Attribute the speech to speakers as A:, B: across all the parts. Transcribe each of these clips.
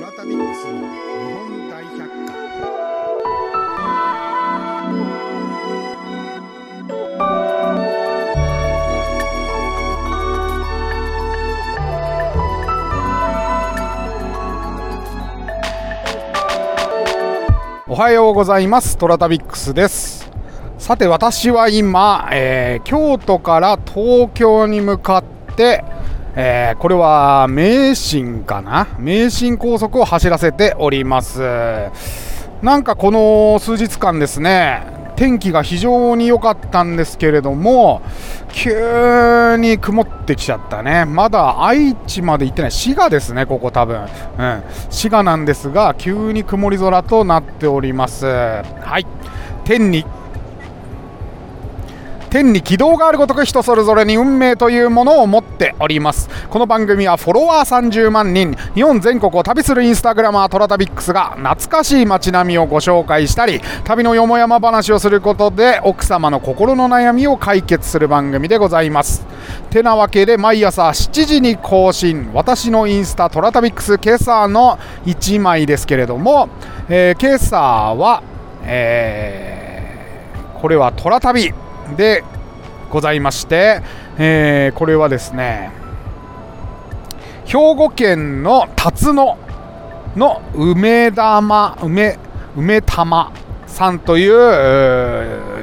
A: の日本大百科おはようございますトラタビックスですさて私は今、えー京都から東京に向かって、えーこれは名神かな名神高速を走らせておりますなんかこの数日間ですね天気が非常に良かったんですけれども急に曇ってきちゃったねまだ愛知まで行ってない滋賀ですねここ多分、うん、滋賀なんですが急に曇り空となっておりますはい天に天に軌道があるごとく人それぞれに運命というものを持っておりますこの番組はフォロワー30万人日本全国を旅するインスタグラマートラタビックスが懐かしい街並みをご紹介したり旅のよもやま話をすることで奥様の心の悩みを解決する番組でございますてなわけで毎朝7時に更新私のインスタトラタビックス今朝の1枚ですけれども、えー今朝は、えーこれはトラ旅でございまして、えーこれはですね兵庫県の辰野の梅玉梅梅玉さんというう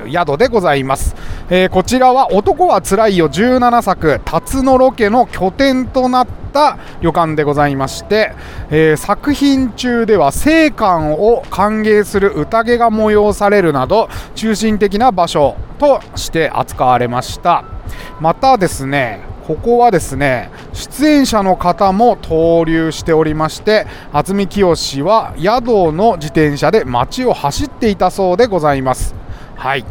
A: ー宿でございます、えーこちらは「男はつらいよ」17作辰野ロケの拠点となった旅館でございまして、えー作品中では生還を歓迎する宴が催されるなど中心的な場所として扱われましたまたですねここはですね出演者の方も登竜しておりまして渥美清は宿の自転車で街を走っていたそうでございますはい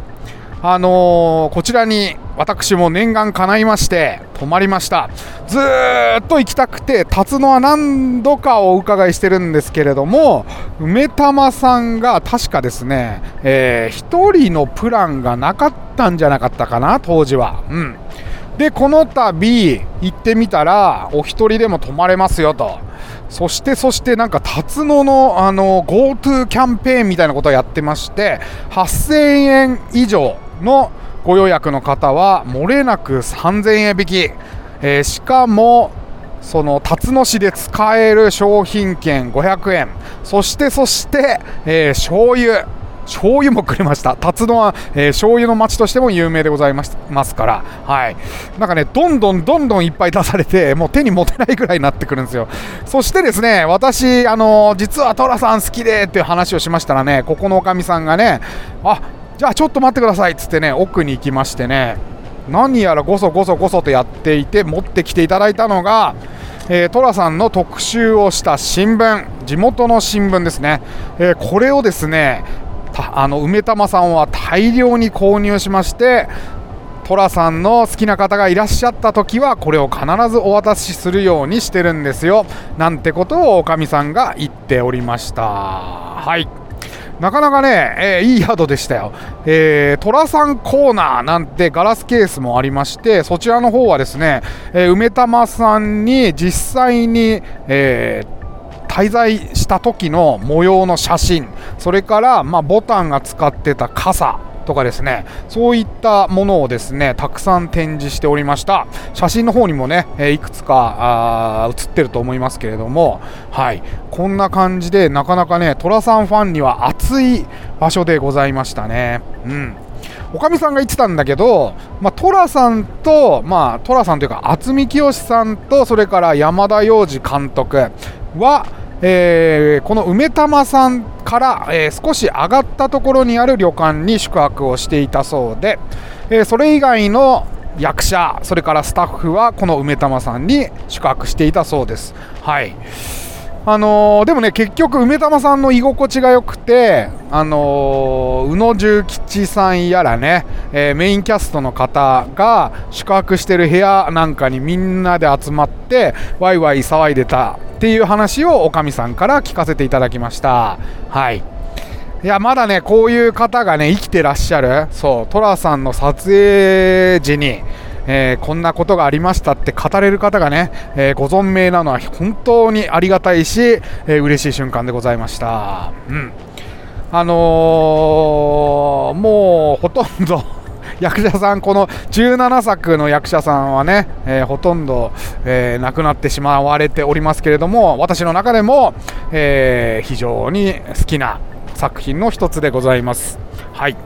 A: あのーこちらに私も念願叶いまして泊まりましたずーっと行きたくて辰野は何度かお伺いしてるんですけれども梅玉さんが確かですね、え1人のプランがなかったんじゃなかったかな当時はうんでこの度行ってみたらお一人でも泊まれますよとそしてそしてなんか辰野のあの GoTo キャンペーンみたいなことをやってまして8000円以上のご予約の方は漏れなく3000円引き、えーしかもその辰野市で使える商品券500円そしてそして、えー醤油醤油もくれました辰野は、えー醤油の町としても有名でございますますからはいなんかねどんどんどんどんいっぱい出されてもう手に持てないぐらいになってくるんですよそしてですね私あのー実は寅さん好きでっていう話をしましたらねここのおかみさんがねあじゃあちょっと待ってくださいっつってね奥に行きましてね何やらごそごそごそとやっていて持ってきていただいたのが、えー、トラさんの特集をした新聞地元の新聞ですね、えーこれをですねたあの梅玉さんは大量に購入しましてトラさんの好きな方がいらっしゃった時はこれを必ずお渡しするようにしてるんですよなんてことをおかみさんが言っておりましたはいなかなかね、えーいい宿でしたよ。えー、虎さんコーナーなんてガラスケースもありまして、そちらの方はですね、えー梅玉さんに実際に、えー滞在した時の模様の写真それから、まあ、ボタンが使ってた傘とかですねそういったものをですねたくさん展示しておりました写真の方にもね、えーいくつかあー写ってると思いますけれどもはいこんな感じでなかなかね寅さんファンには熱い場所でございましたねうんおかみさんが言ってたんだけど、まあ、トラさんと、まあ、トラさんというか渥美清さんとそれから山田洋次監督は、えーこの梅玉さんから、えー少し上がったところにある旅館に宿泊をしていたそうで、えーそれ以外の役者それからスタッフはこの梅玉さんに宿泊していたそうです。はい、あのーでもね結局梅玉さんの居心地が良くて、あのー宇野重吉さんやらね、えーメインキャストの方が宿泊してる部屋なんかにみんなで集まってワイワイ騒いでたっていう話をおかみさんから聞かせていただきました。はいいやまだねこういう方がね生きてらっしゃるそうトラさんの撮影時に、えーこんなことがありましたって語れる方がね、えーご存命なのは本当にありがたいし、えー嬉しい瞬間でございました。うんあのーもうほとんど 役者さん、この17作の役者さんはね、えーほとんど、えー亡くなってしまわれておりますけれども、私の中でも、えー非常に好きな作品の一つでございます。はい、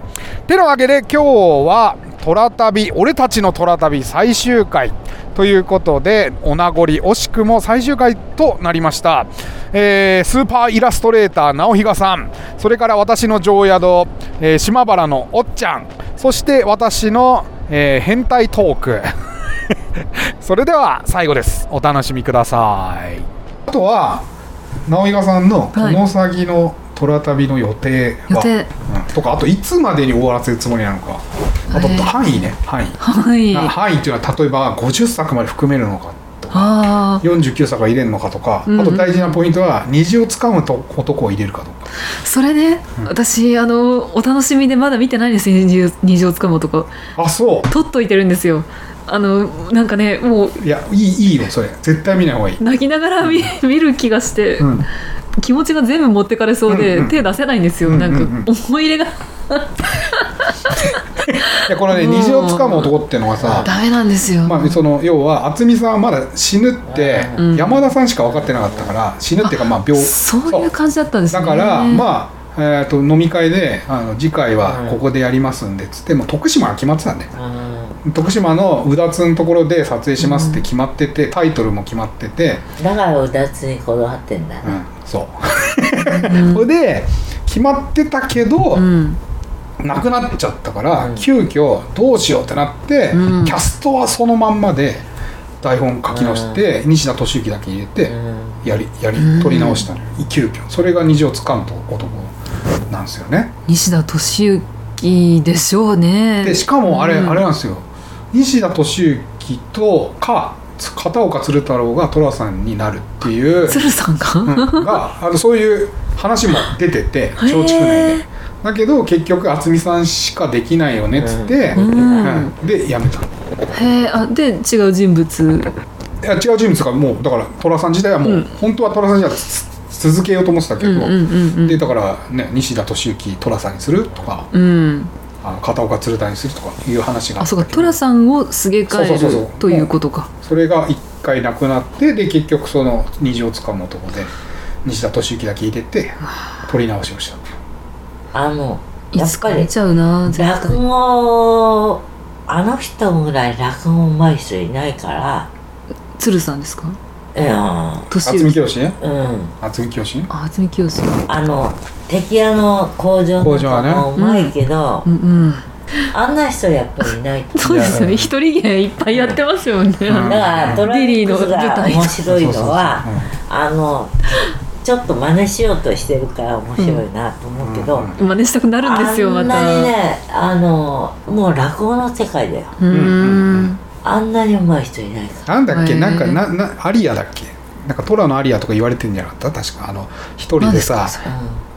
A: てなわけで、今日は虎旅、俺たちの虎旅最終回ということで、お名残惜しくも最終回となりました。えースーパーイラストレーター、直比嘉さん、それから私の常宿、えー島原のおっちゃん、そして私の、えー変態トーク。 それでは最後です。お楽しみください。あとは、直比賀さんのこ
B: はい
A: の先の虎旅の予定は、
B: 予定
A: うんとかあといつまでに終わらせるつもりなのかあと
B: えー
A: 範囲ね範囲
B: はい
A: な範囲というのは例えば50作まで含めるのか
B: あ
A: 49作は入れるのかとか、
B: うんうん
A: あと大事なポイントは虹をつかむと男を入れるかとか
B: あそれね、私あのお楽しみでまだ見てないんですよ虹を虹をつかむとか
A: あそ
B: 取っといてるんですよあのなんかねもう
A: ういやいいいいよそれ絶対見ない方がいい、
B: 泣きながら見 見る気がして、
A: うん、
B: 気持ちが全部持ってかれそうで、
A: うんうん
B: 手出せないんですよ、
A: うんうん
B: な
A: うんん
B: か思い入れが
A: でこのね
B: うん
A: 虹をつかむ男っていうのがさ
B: ダメなんですよ、
A: まあ、その要は渥美さんはまだ死ぬって
B: うん
A: 山田さんしか分かってなかったから死ぬっていうかまあ病
B: そういう感じだったんですね
A: だから、まあ、えー、と飲み会であの次回はここでやりますんでっつってもう徳島が決まってたんで
C: うん
A: 徳島のうだつのところで撮影しますって決まっててタイトルも決まってて、
C: だからうだつにこだわってんだ
A: う
C: ね、
A: ん、そうう
B: ん
A: それ で決まってたけど、
B: うん
A: なくなっちゃったから、
C: うん
A: 急遽どうしようってなって、
B: うん
A: キャストはそのまんまで台本書き直して、西田敏行だけ入れて、
C: うん
A: やりやり
B: うん
A: 取り直したのよ急遽それが虹をつかむと男なんですよね
B: 西田敏行でしょうね
A: でしかもあれ、
B: うん
A: あれなんですよ西田敏行とかつ片岡鶴太郎が寅さんになるっていう、
B: 鶴さん
A: う
B: が、
A: んがあのそういう話も出てて松竹内
B: へ
A: でだけど結局渥美さんしかできないよねっつって、
B: うん
A: うんでやめた
B: へえあで違う人物
A: いや違う人物がもうだから寅さん自体はもう、
B: うん
A: 本当は寅さんじゃつつ続けようと思ってたけ
B: う
A: ど、
B: んうんうん
A: でだからね西田敏行寅さんにするとか
B: うんうん
A: あの片岡鶴太にするとかいう話があ
B: あ
A: った
B: そうか
A: けど
B: 寅さんをすげ替え
A: そうそうそうそう
B: るということか
A: それが一回なくなってで結局その虹をつかむ男で西田敏行だけ入れて撮り直しをした
C: あの
B: い
C: やっ
B: つ
C: ぱ
B: か見
C: り
B: ちゃうな絶対
C: 落語あの人ぐらい落語うまい人いないから
B: 鶴さんですか
C: う
B: 敏
A: 渥美
B: 行
A: 清ね
C: ん、うん、
A: 渥美清ね
B: あ渥美清
C: あの敵屋の工場の
A: 工場はね
C: もうまいけど、
B: うんうん
C: あんな人やっぱりいないと
B: そうですよね一人芸いっぱいやってますよね、
A: うん
C: だからドラ
B: リリ
C: ッ
B: ー
C: ク
B: の
C: ス
B: 舞
C: が
B: 台
C: 面白いのは
A: そうそうそう
C: あのちょっと真似しようとしてるから面白いなと思うけど、
A: うんうん
B: 真似したくなるんですよまた
C: あんなにねあのもう落語の世界だよ
B: うー
A: うんうん
B: ん
C: あんなに上手い人いないか
A: なんだっけ
B: へー
A: なんかななアリアだっけなんか虎のアリアとか言われてんじゃなかった確かあの一人でさ
B: 何です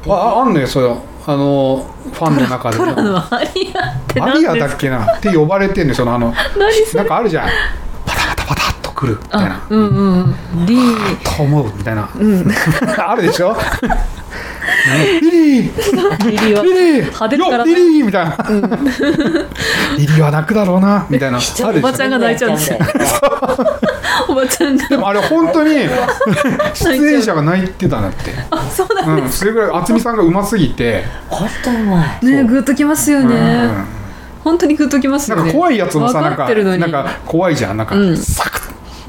C: ら、
A: あああんのよそのあのファンの中で
B: トラのアリアって
A: アリア
B: 何で
A: だ
B: す
A: っけなって呼ばれてんのよそのあの
B: 何そ
A: なん
B: れ
A: かあるじゃんパタパタパタっと来るみたいな
B: あうんうんうんリー
A: と思うみたいな
B: うん、リ
A: あるでしょねリリー
B: リーは
A: リリー
B: 派手だから
A: よ
B: ね
A: リリーみたいな、 リリーは泣くだろうなみた いなあ
C: ちょっ
A: る
C: とお
A: で
C: ば
A: し
B: ちゃ
A: ょ
B: んが泣いちゃうんですよおばちゃんが
A: でもあれ本当に出演者が泣いてたなって、
B: あそうだ
A: うん、それぐらい渥美さんがうますぎて、
C: 本当にうまい
B: ねグッときますよ
A: うん、
B: ね、
A: なん
B: 本当にグッときますよね
A: か怖いやつもさな
B: 分
A: ん
B: かっ
A: か
B: てるのに
A: なんか怖いじゃんなんか、
B: うん
A: サクッ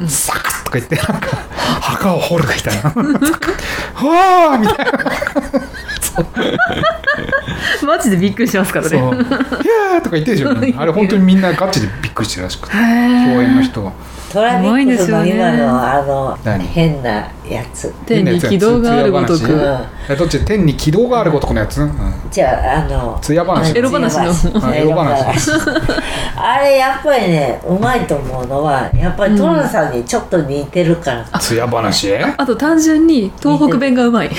A: サクッとか言ってなんか墓を掘るみたい な はあみたいな
B: マジでびっくりしますか ら
A: そう
B: ね
A: 「いやー」とか言ってるでしょみんなあれ本当にみんなガチでびっくりしてるらしくて
B: へー
A: 共演の人が
C: トラビ
B: うまいで
C: ック
B: す
C: ス
B: よ
C: の
B: ね
C: 今のあの
A: 何
C: 変なやつ
B: 天に軌道があるごと
A: いい
C: う
A: ねつ
B: く
C: ん
A: えどっち天に軌道があるごとくのやつ、うん、
C: じゃああの
A: 艶話
B: エロ話
A: う
B: の
A: んエロ話
C: あれやっぱりねうまいと思うのはやっぱりトラさんにちょっと似てるから、
A: 艶話
B: あと単純に東北弁がうまい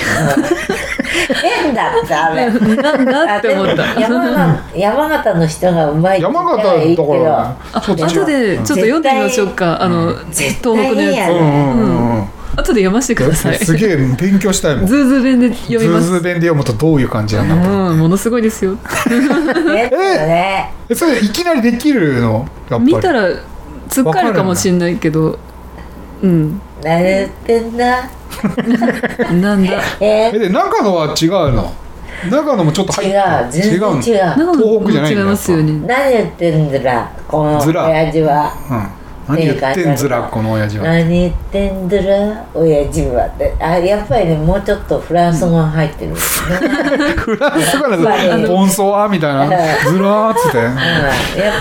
C: 変だってあ れ
B: なんだって思っ
C: あでも
B: た
C: 山形山形の人がうまいって言
A: 山
C: っ
A: 形
C: たらいいけ
A: だ
C: ど
A: から
B: あ
A: そうだね
B: 後でちょっと読んでみましょうかあの東
C: 絶
B: 北
C: 対
B: のや
A: う
B: つ
A: んうんうんうん
B: 後で読ませてください
A: すげえ勉強したいもん
B: ズーズー弁で読みま
A: ズーズ
B: す
A: ー弁で読むとどういう感じなんだろう
B: うんものすごいですよ
C: 変だよね
A: えそれいきなりできるのやっぱり
B: 見たらつっかえるかもしんないけどうん
C: 何言ってんだ
B: な んだ
C: え
A: えで長野は違うの長野もちょっと入
C: 違う
A: って
C: 全
A: の
C: 然違う
B: 長野
A: 東
B: も
A: 北じゃないん
B: 違い
A: だ
B: ますよね
C: 何言ってんだこの
A: ずら
C: 親父は
A: うん、何言ってんずらこの親父は
C: 何言ってんだら親父はってあやっぱりねもうちょっとフランス語が入ってるんですね、
A: フランスから
C: やっぱり
A: ボンソワみたいなずらーっつって
C: うんやっ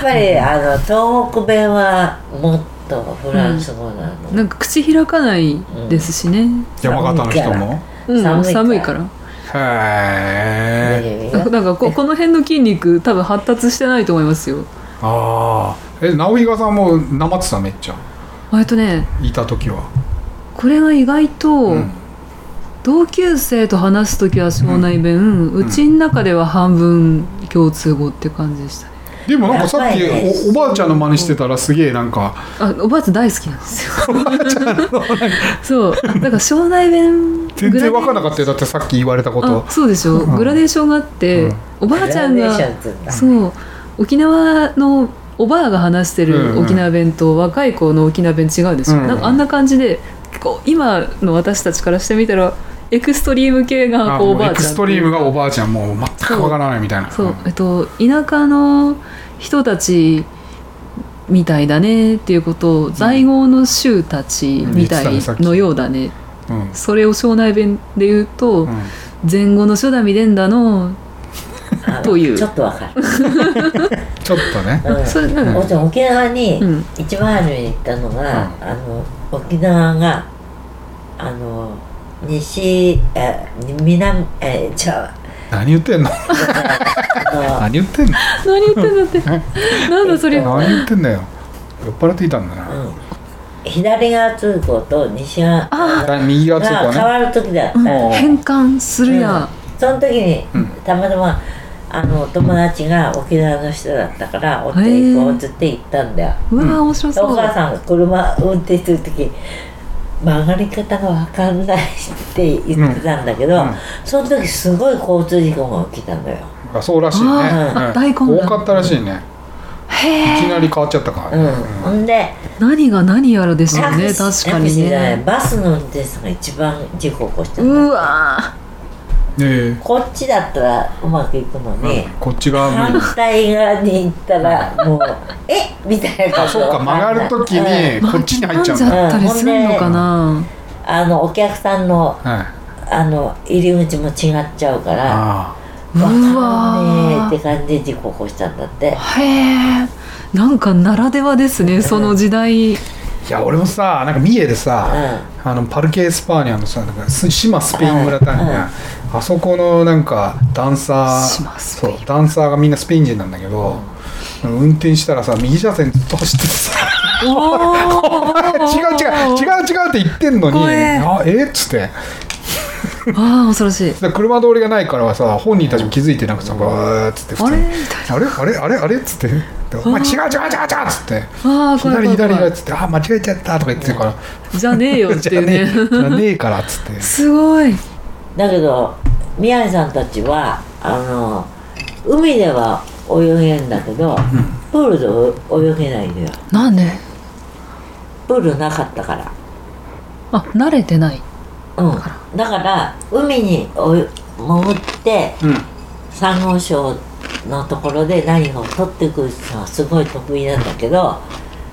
C: ぱりあの東北弁はもっとフランス語なの、
B: なんか口開かないですしね
A: 山形の人も
B: う
C: 寒
B: ん
C: いから
B: 寒いから
A: へえ
C: ね
B: なんかここの辺の筋肉多分発達してないと思いますよ
A: ああえ直比嘉さんもなまってためっちゃ
B: 割とね
A: いた時は
B: これが意外と、
A: うん
B: 同級生と話す時はしょうない弁、うちの中では半分共通語って感じでしたね
A: でもなんかさっき
C: やばいね
A: おおばあちゃんの真似してたらすげえなんか
B: あおばあちゃん大好きなんです よそう だから庄内弁
A: 全然わかんな
B: っ
A: かったよだってさっき言われたこと
B: あそうでしょグラデーションがあって、
A: うん
B: おばあちゃん
C: グラデーション
B: が
C: って言うんだ
B: そう沖縄のおばあが話して
A: うんう
B: る
A: ん
B: 沖縄弁と若い子の沖縄弁違うでしょ、
A: うんうん
B: なんかあんな感じでこう今の私たちからしてみたらエクストリーム系が
A: あ
B: こうお
A: もう
B: ばあちゃ
A: エ
B: ん
A: クストリームがおばあちゃんもう全くわからないみたいな
B: そう、えっと、田舎の人たちみたいだねっていうことを在郷の衆たちみたいのようだね、
A: うんうん
B: それを庄内弁で言う
A: う
B: と、
A: ん
B: 前後の初代未伝だの、
C: あの
B: という
C: ちょっとわかる、
A: ちょっとね
C: うん
B: それなんか
C: おじゃん沖縄に
B: うん
C: 一番初めに行ったのが、
A: うん
C: あの沖縄があの西え南えじゃあ
A: 何言ってんの
C: あ
A: 何言ってんの
B: 何言ってんだってなんだそれ
A: 何言ってんだよ酔っ払っていたんだ
C: の、
A: な、
C: うん、左側通行と西側
B: あ
A: だ右側通行
C: が
A: ね
C: 変わる時だった、
A: ん
B: 変換するや、
C: その時に
A: うん
C: たまたまあの友達が沖縄の人だったからおって行こうっつって行ったんだよ、
B: うわー面白
C: でお
B: そう、
C: 母さんが車運転する時曲がり方が分かんないって言ってたんだけど、
A: うんうん
C: その時すごい交通事故が起きたんだよ、
A: あそうらしいね、
B: あ
A: うん
B: あ大根だ
A: 多かったらしいね、いき
B: へえ
A: なり変わっちゃったか
C: う
A: ら、
C: ん
A: ね
C: ほんで
B: 何が何やらですよね
C: タクシー
B: 確か
C: タク
B: に
C: シーじゃない
B: ね
C: バスの運転手さんが一番事故起こしたんだ
B: うわ
A: え
C: こっちだったらうまくいくの
A: え
C: に、
A: うんこっち側
C: 反
A: 無理
C: 対側に行ったらもう「えみたいな
A: あそうか曲がる時
C: うん
A: に
B: ー
A: こっちに入っちゃうんだ、
B: 巻き込んじゃったりするのかな、
C: あのお客さんの
A: はい、
C: あの入り口も違っちゃうから
A: あ
C: 「わかん
B: う
C: ねえ」
B: わ
C: って感じで事故起こしたんだって
B: へえなんかならではですねその時
A: ー
B: 代
A: いや俺もさなんか三重でさ、あのパルケ・エスパーニャのさなんかす島スペイン村だね、あそこのなんかダンサ
B: 島
A: ー
B: スペイン
A: そうダンサーがみんなスペイン人なんだけど、運転したらさ右車線ずっと走っててさ
B: おー
A: 違う違う違う違うって言ってんのに
B: 怖え
A: あえっつって
B: ああ恐ろしい
A: で車通りがないからはさ本人たちも気づいてなくてさバーっつって普
B: あ
A: 通
B: れ
A: に
B: みたい
A: あれあれあれあれっつってでお前違う違う違う違うっつって
B: なああ怖い
A: 左
B: 怖
A: 左
B: い怖
A: 左
B: い
A: っつってあ間違えちゃったとか言ってるから
B: じゃねえよって
A: じ
B: い
A: ゃ
B: う
A: ねえ
B: ね
A: じゃねえからっつって
B: すごい
C: だけど宮根さんたちはあの海では泳げんだけど、プールで泳げないのよ
B: なんで
C: プールなかったから
B: あ慣れてない
C: うんだから海におい潜って
A: うん
C: 珊瑚礁のところで何かを取ってくるのはすごい得意なんだけど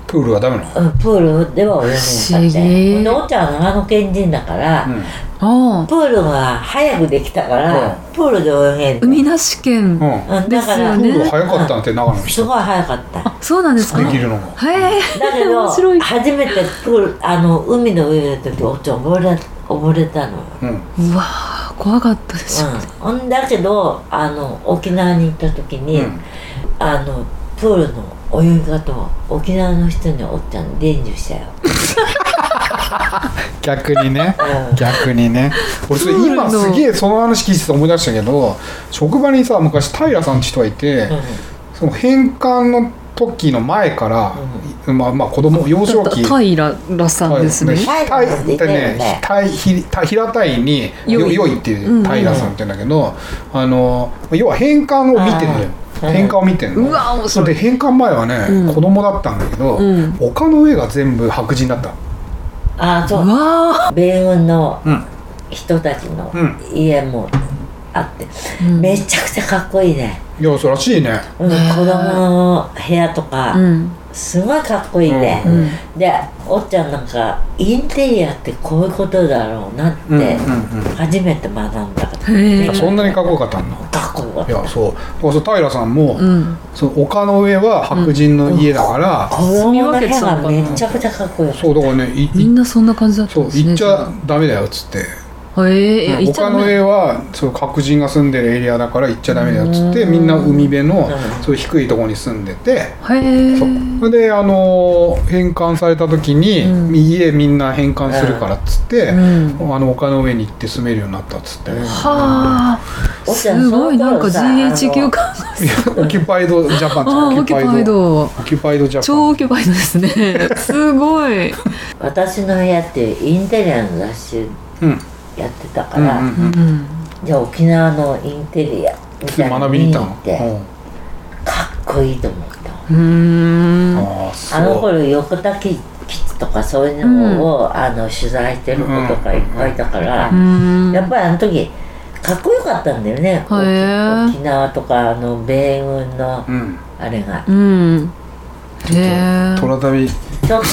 A: プールはダメなの
C: うんプールでは泳げなかった
B: 不思議
C: よでおっちゃんは長野県人だから、
A: うん
B: あ
C: プールが早くできたから、
A: う
C: プールで泳げ
B: あ
C: る
B: 海なし県、
A: うん
C: うんだか
B: ですよ
C: ら、
A: プ
B: ね
A: ール早かったんて長野の
C: す
A: 人
C: ごい早かった
B: あそうなんですか
A: でき
B: へ
A: るのも
B: え
C: だけど
B: 面白いう
C: 初めてプールあの海の上の時おっちゃん溺れ溺れたのよ、
A: うん
B: わー怖かったでしょ、
C: うん、ほんだけどあの沖縄に行った時に、
A: うん
C: あのプールの泳ぎ方を沖縄の人におっちゃん伝授したよ、
A: 逆にね
C: うん
A: 逆にね俺それ
B: プール
A: 今
B: の
A: すげえその話聞いてて思い出したけど職場にさ昔平さんって人がいて、その返還の時の前から、まあまあ子供幼少期
B: た平らさんですね、
A: 平
C: 平さんって言ったよね
A: ね平ひた平たいに
B: よ
A: よ
B: い
A: よいっていう平さんって言うんだけど、あの要は返還を見てるのよ
C: あー
A: 返還を見てるの
B: うわ面白
A: そ
B: い
A: れで返還前はね、
B: うん
A: 子供だったんだけど、
B: うん
A: 丘の上が全部白人だった
C: ああそうう
B: わ
C: 米軍の
A: うん
C: 人たちの
A: うん
C: 家もあって、
B: うん
C: めちゃくちゃかっこいいね、
A: いやそうらしいね
C: うん、子
B: ねえ
C: 供の部屋とか、
B: ーうん
C: すごいかっこいいね、
A: うん
C: でおっちゃんなんかインテリアってこういうことだろうなっ
A: うんうんう
C: て初めて学んだから、
B: へえ
A: んそんなにかっこよかったんだ
C: かっこよかっ
A: い
C: た
A: やそうだからそう平さんも、
B: うん
A: その丘の上は白人の家だから、
C: 子供の部屋がめちゃくちゃかっこよかった
A: そうだからねいい
B: みんなそんな感じだった
A: そ
B: ん
A: う
B: です
A: 行
B: ね
A: っちゃダメだよっつって
B: じゃあへえいや行っちゃ
A: 丘
B: うね
A: の上はそう白人が住んでるエリアだから行っちゃダメだよっつってみんな海辺の
C: うん
A: そういう低いところに住んでて。
B: へえ
A: そうそれであのー返還された時に、
B: うん
A: 家みんな返還するからっつって、
B: うん
A: あの丘の上に行って住めるようになったっつって、
C: うん
B: はあ
C: おっちゃん
B: すごい
C: そ
B: な
C: の
B: んか
C: 頃さ
B: GHQ 感
A: いやオキュパイドジャパン
B: ああ
A: っ
B: オ
A: て
B: キ
A: オキュ
B: ュパ
A: パイ
B: イ
A: ド
B: ド
A: オキュパイドジャパン
B: 超オキュパイドですね すごい
C: 私の部屋ってインテリアの雑誌
A: うん
C: やってたか
A: うん
C: ら、
A: うんう
B: う
A: ん
B: ん
C: じゃあ沖縄のインテリアみたいなの
A: 学び
C: 見
A: に
C: に
A: 行
C: 行
A: っ
C: ったて
A: の、
C: かっこいいと思った
B: うー
A: うん
B: ん
A: ああそう
C: あの頃横田基地とかそういうのを、あの取材してる子とかいっぱいいたから、
B: うーん
C: やっぱりあの時かっこよかったんだよね、沖
B: ー
C: 沖縄とかあの米軍の
A: うん
C: あれが
B: うんへえ
A: トラ旅
C: ちょ っと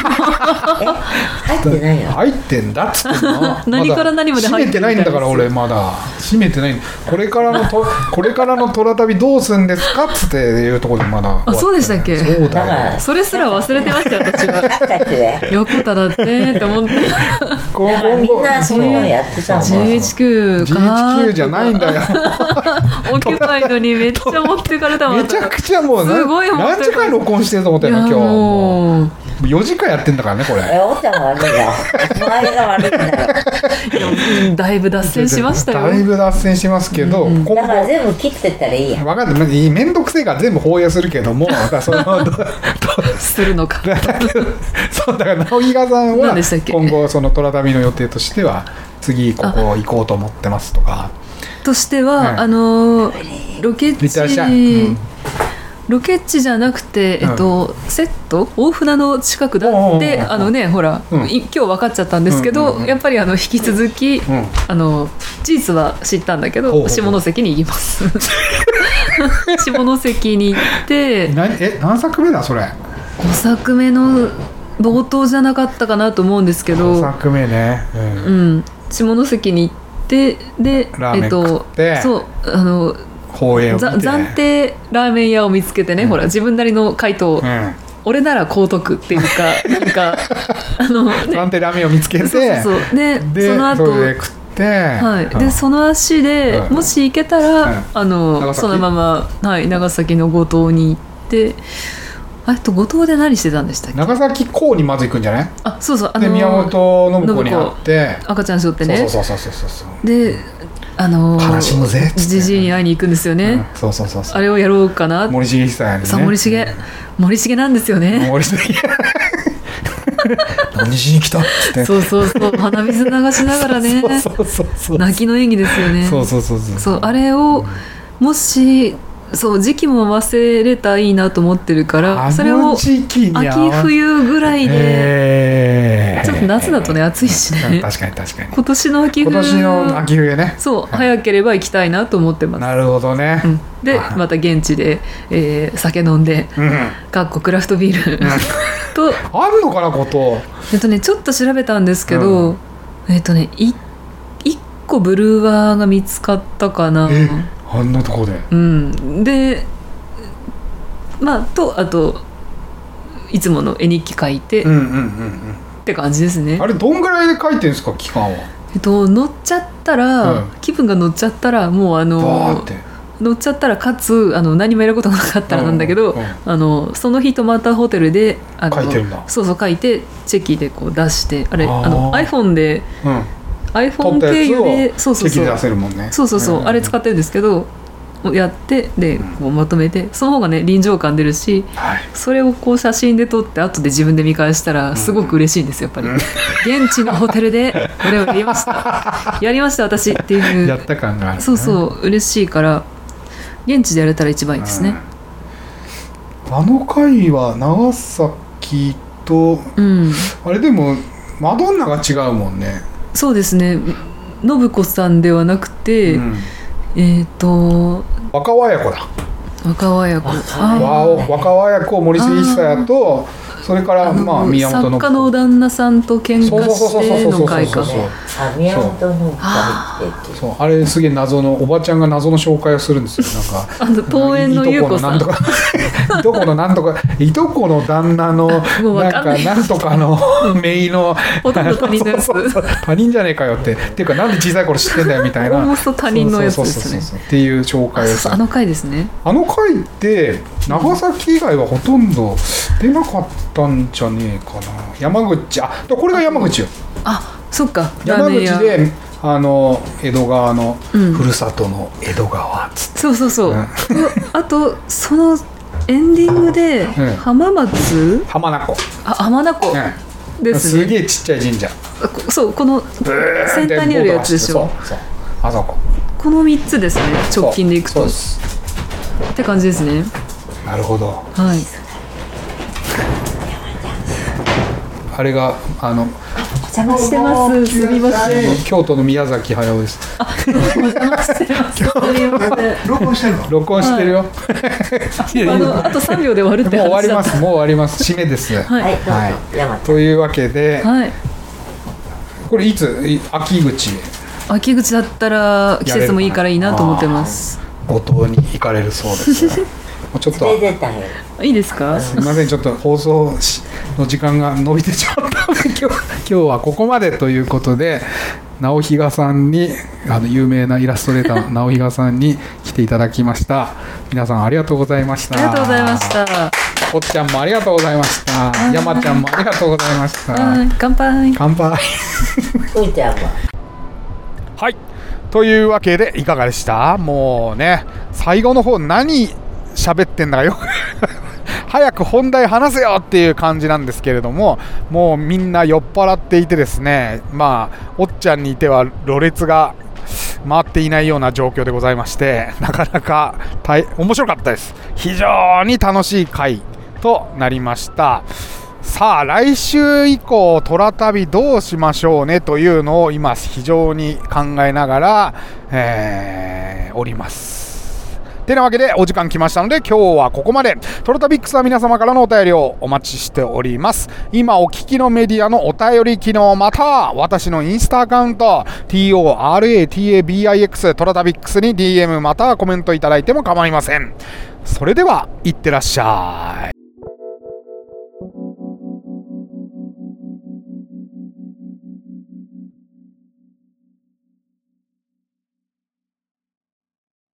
C: え入ってないよ
A: 入ってんだっつってん の
B: 何から何まで入
A: 入
B: っ
A: ってて
B: る
A: な
B: み
A: い
B: たい
A: ん
B: です
A: だから俺まだ閉めてないこれからの とこれからの虎旅どうすんですかっつっていうところでまだ
B: あそうでしたっけ
A: そう
C: だか
A: だよ
C: ら
B: それすら忘れてましたよ私は
C: なんだっけね
B: 横田だってって 思って
A: 今
C: だからみんなそういうのやってたもん
A: そうそう
B: GHQ かー
A: GHQ じゃないんだ よ
B: オキュパイドにめっちゃ持ってかれたわ
A: めちゃくちゃもうな
B: すごい本当に
A: 何時間録音してると思った
B: い
A: よ
B: や
A: 今日も
B: もう
A: う4時間やってんだからねこ
C: え
A: れ
C: おっちゃんが悪いんだよ周りが悪いんだよ
B: いやうんだいぶ脱線しましたよ
A: だいぶ脱線しますけど今後
C: だから全部切ってったらいいや
A: 分かんないめんどくせえから全部放映するけどもだからその
B: するのか
A: そうだから直木賀さんは
B: 何でしたっけ
A: 今後その虎旅の予定としては次ここ行こうと思ってますとか
B: としては、
A: うん
B: あのロケ地
A: リターシャうん
B: ロケ地じゃなくて、えっと、セット大船の近くだ
A: おうおうお
B: っ
A: うおう
B: てあのねほら、
A: うん
B: い今日分かっちゃったんですけど、
A: うんうんうん
B: やっぱりあの引き続き、
A: ん
B: あの事実は知ったんだけ
A: ほ
B: ど
A: うほうほう
B: 下関に行きます 下関に行って
A: 何え何作目だそれ
B: 5作目の冒頭じゃなかったかなと思うんですけど
A: 5作目ね、うん
B: うん、下関に行ってで
A: ラーメン食って
B: えっと、そうあの
A: 放映を見て
B: ざ暫定ラーメン屋を見つけてね、ほら自分なりの回答、
A: うん
B: 俺なら高得っていうか なんかあのね
A: 暫定ラーメンを見つけて
B: そうそうそうで
A: で
B: その後
A: れで食って、
B: はい、
A: うん
B: でその足で、
A: うん
B: もし行けたら、
A: うん長
B: あの
A: 崎
B: そのまま、はい、長崎の五島に行ってあと五島で何してたんでしたっけ
A: 長崎港にまず行くんじゃない
B: あそうそうあ
A: で
B: の
A: 宮本信子に会って
B: 赤ちゃんしょってね
A: そうそうそうそうそうそう
B: であの
A: 悲しむぜっつって
B: じじいに会いに行くんですよね、
A: うんそうそうそうそう
B: あれをやろうかな
A: 森重久やね
B: さあ森重森重なんですよね
A: 森重 何しに来たっつって
B: そうそうそう鼻水流しなが らね
A: そうそうそうそう
B: 泣きの演技ですよね
A: そうそうそうそう
B: そうあれをもしそう時期も忘れたらいいなと思ってるからそれを秋冬ぐらいで
A: えー
B: ちょっと夏だとね暑いしね
A: 確かに確かに
B: 今年の秋
A: 今
B: 冬
A: 年の秋冬ね
B: そう早ければ行きたいなと思ってます、
A: なるほどね
B: うん、でまた現地で、えー酒飲んで
A: うん、
B: かっこクラフトビール と
A: あるのかなこと
B: えっとねちょっと調べたんですけど、えっとねい一個ブルワーが見つかったかな
A: えあんなとこで
B: うんでまあとあといつもの絵日記書いて、
A: う
B: っ
A: んうんうん
B: て感じです
A: う
B: ね
A: んあれどんぐらいで書いてるんですか期間は
B: えっと乗っちゃったら、
A: うん
B: 気分が乗っちゃったらもう
A: バ
B: あ
A: ー
B: の
A: って
B: 乗っちゃったらかつあの何もやることがなかったらなんだけど、
A: うんうん
B: あのその日泊まったホテルであの
A: 書いてるんだ
B: そうそう書いてチェキでこう出してあれ
A: あー
B: あの iPhone で
A: うん撮
B: iPhone
A: ったや
B: 経
A: つ
B: 由でそう
A: を
B: そう
A: 席
B: そ
A: で
B: う
A: 出せるもんね
B: そうそうそう、あれ使
A: っ
B: ってるんですけどやってでこうまとめてその方がね臨場感出るし
A: はい
B: それをこう写真で撮って後で自分で見返したらすごく嬉しいんですよやっぱり、現地のホテルでこれをやりました やりました私っていう
A: やった感がある、ね、
B: そうそう嬉しいから現地でやれたら一番いいですね
A: うんあの回は長崎と
B: うん、
A: あれでもマドンナが違うもんね、
B: そうですね信子さんではなくて、
A: うん、
B: えっ、と
A: 若和也子だ
B: 若和也子
C: 若和
B: あー
A: 和を若和也子森杉久也とそれからまあ宮本
B: 作
A: の
B: 家の旦那さんと喧嘩
A: そうそうそうそう
B: して
A: そうそ
B: の
A: う
B: 回か
A: そう
C: あ宮本の二人って
A: そうあれすげえ謎のおばちゃんが謎の紹介をするんですよなんか
B: あの桃園の優子さん
A: いとこのなんとかいとこのなんとかいとこの旦那の
B: もうわ
A: なん
B: かんな
A: か
B: い
A: なんとかの姪の
B: ほとんど他人のやつ
A: そうそうそう他人じゃねえかよってっていうかなんで小さい頃知ってんだよみたいな
B: おおもそ他人のやつですね
A: そうそうそうそうっていう紹介をす
B: あ
A: る
B: あの回ですね
A: あの回って長崎以外はほとんど出なかったんじゃねえかな山口あでこれが山口よ
B: あそっかラー
A: 山
B: メン
A: 口
B: 屋
A: であの江戸川の、
B: うん
A: ふるさとの江戸川っつって
B: そうそうそう、
A: うん
B: あとそのエンディングで
A: ん
B: 浜松
A: 浜名湖、
B: あ浜名湖
A: う
B: です
A: す
B: ね、
A: げえちっちゃい神社
B: こそうこの
A: ブーンって
B: 先端にあるやつでし
A: ボ
B: ょ
A: ート走ってそうそうあそこ
B: この3つですね直近でいく
A: そう
B: とっ
A: そうです
B: て感じですね
A: なるほど
B: はい
A: あれがあの
B: お邪魔してますすみません
A: 京都の宮崎駿です
B: お邪魔してますすみません
D: 録音してるの
A: 録音してるよ、 いやいや
B: あのあと3秒で終わるって
A: もう終わ
B: 話
A: り
B: だ
A: ま
B: った
A: すもう終わります締めです、
C: 言って
B: は
C: はいどうぞ山田
A: というわけで、
B: い、はい、
A: これいつい秋口
B: 秋口だったら季節もいいからいいなと思ってます
A: 五島に行かれるそうです、もう ちょっと
C: 出てたよ
B: いいですか
A: すみませんちょっと放送しの時間が伸びてしまったので今日今日はここまでということで直比嘉さんにあの有名なイラストレーターの直比嘉さんに来ていただきました皆さんありがとうございました
B: ありがとうございました
A: おっちゃんもありがとうございました山ちゃんもありがとうございました
B: はい乾杯
A: 乾杯
C: うんちゃんも
A: はい。というわけで、いかがでしたもうね、最後の方何喋ってんだかよく 早く本題話せよっていう感じなんですけれども、もうみんな酔っ払っていてですね、まあ、おっちゃんにいてはろれつが回っていないような状況でございまして、なかなか大面白かったです。非常に楽しい回となりました。さあ来週以降、虎旅どうしましょうねというのを今、非常に考えながら、えーおります。てなわけでお時間来ましたので今日はここまでトロタビックスは皆様からのお便りをお待ちしております今お聞きのメディアのお便り機能または私のインスタアカウント TORATABIX トロタビックスに DM またはコメントいただいても構いませんそれではいってらっしゃい